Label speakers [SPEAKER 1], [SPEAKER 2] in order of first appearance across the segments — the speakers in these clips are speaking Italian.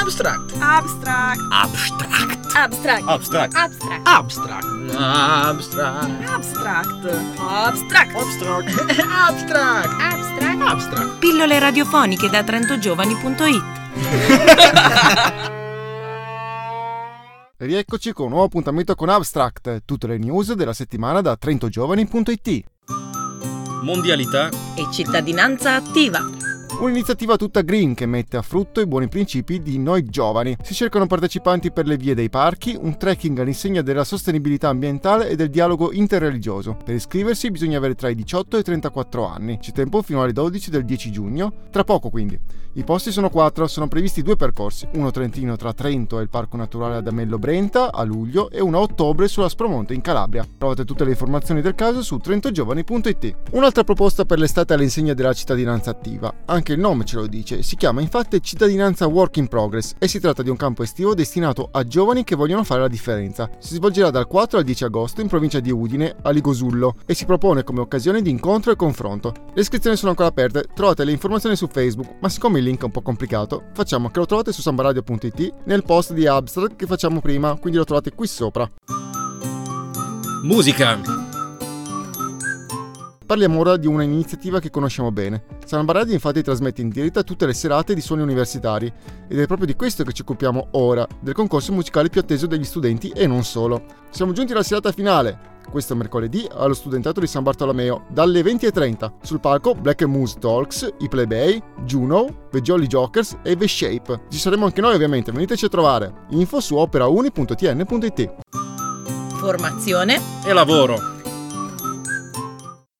[SPEAKER 1] Abstract.
[SPEAKER 2] Abstract.
[SPEAKER 1] Abstract.
[SPEAKER 3] Abstract.
[SPEAKER 4] Abstract.
[SPEAKER 3] Abstract.
[SPEAKER 1] Abstract. Abstract.
[SPEAKER 2] Abstract.
[SPEAKER 3] Abstract.
[SPEAKER 4] Abstract.
[SPEAKER 1] Abstract.
[SPEAKER 3] Abstract.
[SPEAKER 1] Abstract.
[SPEAKER 5] Pillole radiofoniche da trentogiovani.it
[SPEAKER 6] Rieccoci con un nuovo appuntamento con Abstract, tutte le news della settimana da trentogiovani.it.
[SPEAKER 4] Mondialità.
[SPEAKER 5] e cittadinanza attiva.
[SPEAKER 6] Un'iniziativa tutta green che mette a frutto i buoni principi di noi giovani. Si cercano partecipanti per le vie dei parchi, un trekking all'insegna della sostenibilità ambientale e del dialogo interreligioso. Per iscriversi bisogna avere tra i 18 e i 34 anni. C'è tempo fino alle 12 del 10 giugno, tra poco quindi. I posti sono quattro, sono previsti due percorsi, uno trentino tra Trento e il Parco Naturale ad Amello Brenta a luglio e uno a ottobre sulla Spromonte in Calabria. Trovate tutte le informazioni del caso su trentogiovani.it. Un'altra proposta per l'estate all'insegna della cittadinanza attiva, anche il nome ce lo dice, si chiama infatti Cittadinanza Work in Progress e si tratta di un campo estivo destinato a giovani che vogliono fare la differenza. Si svolgerà dal 4 al 10 agosto in provincia di Udine, a Ligosullo, e si propone come occasione di incontro e confronto. Le iscrizioni sono ancora aperte, trovate le informazioni su Facebook, ma siccome il link è un po' complicato, facciamo che lo trovate su sambaradio.it nel post di Abstract che facciamo prima, quindi lo trovate qui sopra.
[SPEAKER 4] Musica.
[SPEAKER 6] Parliamo ora di un'iniziativa che conosciamo bene. San Baradio infatti trasmette in diretta tutte le serate di suoni universitari ed è proprio di questo che ci occupiamo ora, del concorso musicale più atteso dagli studenti e non solo. Siamo giunti alla serata finale, questo mercoledì allo studentato di San Bartolomeo, dalle 20.30. Sul palco Black Moose Talks, i Playbay, Juno, The Jolly Jokers e The Shape. Ci saremo anche noi ovviamente, veniteci a trovare. Info su operauni.tn.it.
[SPEAKER 5] Formazione.
[SPEAKER 4] E lavoro.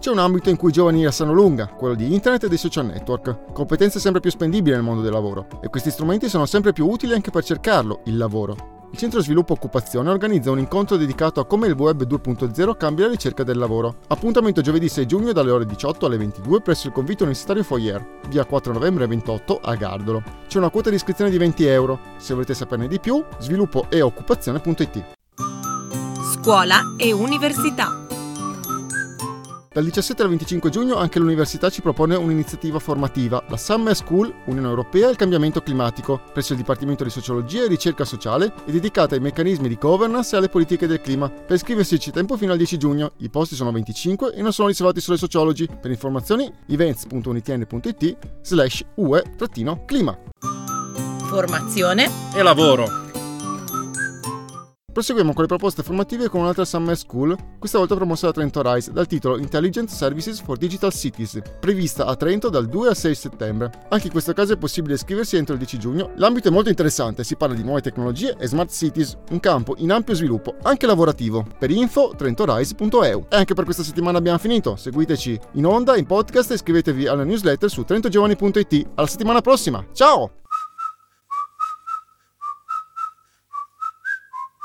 [SPEAKER 6] C'è un ambito in cui i giovani la sanno lunga, quello di internet e dei social network, competenze sempre più spendibili nel mondo del lavoro, e questi strumenti sono sempre più utili anche per cercarlo, il lavoro. Il Centro Sviluppo Occupazione organizza un incontro dedicato a come il Web 2.0 cambia la ricerca del lavoro. Appuntamento giovedì 6 giugno dalle ore 18 alle 22 presso il convito universitario Foyer, via 4 novembre 28 a Gardolo. C'è una quota di iscrizione di 20 euro. Se volete saperne di più, sviluppoeoccupazione.it.
[SPEAKER 5] Scuola e università.
[SPEAKER 6] Dal 17 al 25 giugno anche l'università ci propone un'iniziativa formativa, la Summer School Unione Europea e il Cambiamento Climatico, presso il Dipartimento di Sociologia e Ricerca Sociale e dedicata ai meccanismi di governance e alle politiche del clima. Per iscriversi c'è tempo fino al 10 giugno, i posti sono 25 e non sono riservati solo ai sociologi. Per informazioni events.unitn.it slash ue-clima.
[SPEAKER 5] Formazione.
[SPEAKER 4] E lavoro.
[SPEAKER 6] Proseguiamo con le proposte formative con un'altra Summer School, questa volta promossa da Trento Rise dal titolo Intelligent Services for Digital Cities, prevista a Trento dal 2 al 6 settembre. Anche in questo caso è possibile iscriversi entro il 10 giugno. L'ambito è molto interessante, si parla di nuove tecnologie e smart cities, un campo in ampio sviluppo, anche lavorativo. Per info trentorise.eu. E anche per questa settimana abbiamo finito. Seguiteci in onda, in podcast e iscrivetevi alla newsletter su trentogiovani.it. Alla settimana prossima. Ciao!